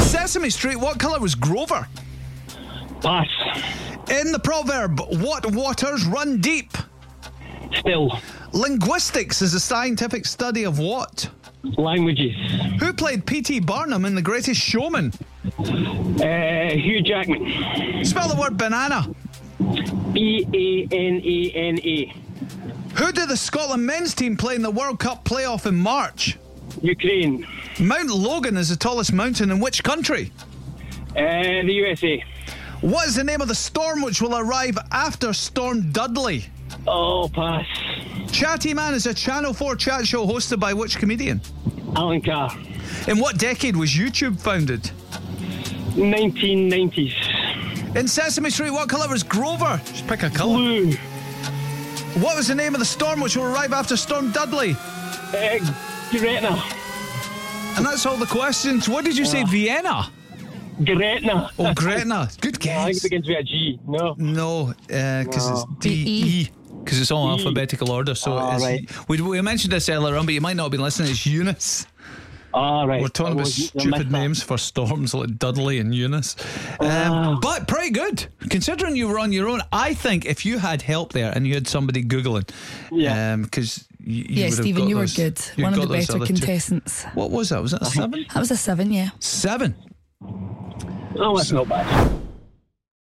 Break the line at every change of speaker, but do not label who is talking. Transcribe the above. Sesame Street, what colour was Grover?
Pass.
In the proverb, what waters run deep?
Still.
Linguistics is a scientific study of what?
Languages.
Who played P.T. Barnum in The Greatest Showman?
Uh, Hugh Jackman.
Spell the word banana.
B A N A N A.
Who did the Scotland men's team play in the World Cup playoff in March?
Ukraine.
Mount Logan is the tallest mountain in which country?
Uh, the USA.
What is the name of the storm which will arrive after Storm Dudley?
Oh, pass.
Chatty Man is a Channel 4 chat show hosted by which comedian?
Alan Carr.
In what decade was YouTube founded?
1990s.
In Sesame Street, what colour was Grover? Just pick a colour.
Blue.
What was the name of the storm which will arrive after Storm Dudley?
Uh, Gretna.
And that's all the questions. What did you say, Vienna?
Gretna.
Oh, Gretna. Good
I think
guess.
it begins with a G. No.
No, because
No.
it's D E. Because it's all alphabetical order, so
Ah,
it is-
right.
we, we mentioned this earlier on, but you might not have been listening. It's Eunice.
All right.
We're talking about stupid names for storms like Dudley and Eunice. Um, But pretty good. Considering you were on your own, I think if you had help there and you had somebody Googling,
Yeah.
because you,
Yeah,
would have
Stephen,
got
you were
those-
good.
you'd
One of
got
the
those
better
other two.
contestants.
What was that? Was that a seven?
That was a seven, yeah.
Seven.
Oh, that's not bad.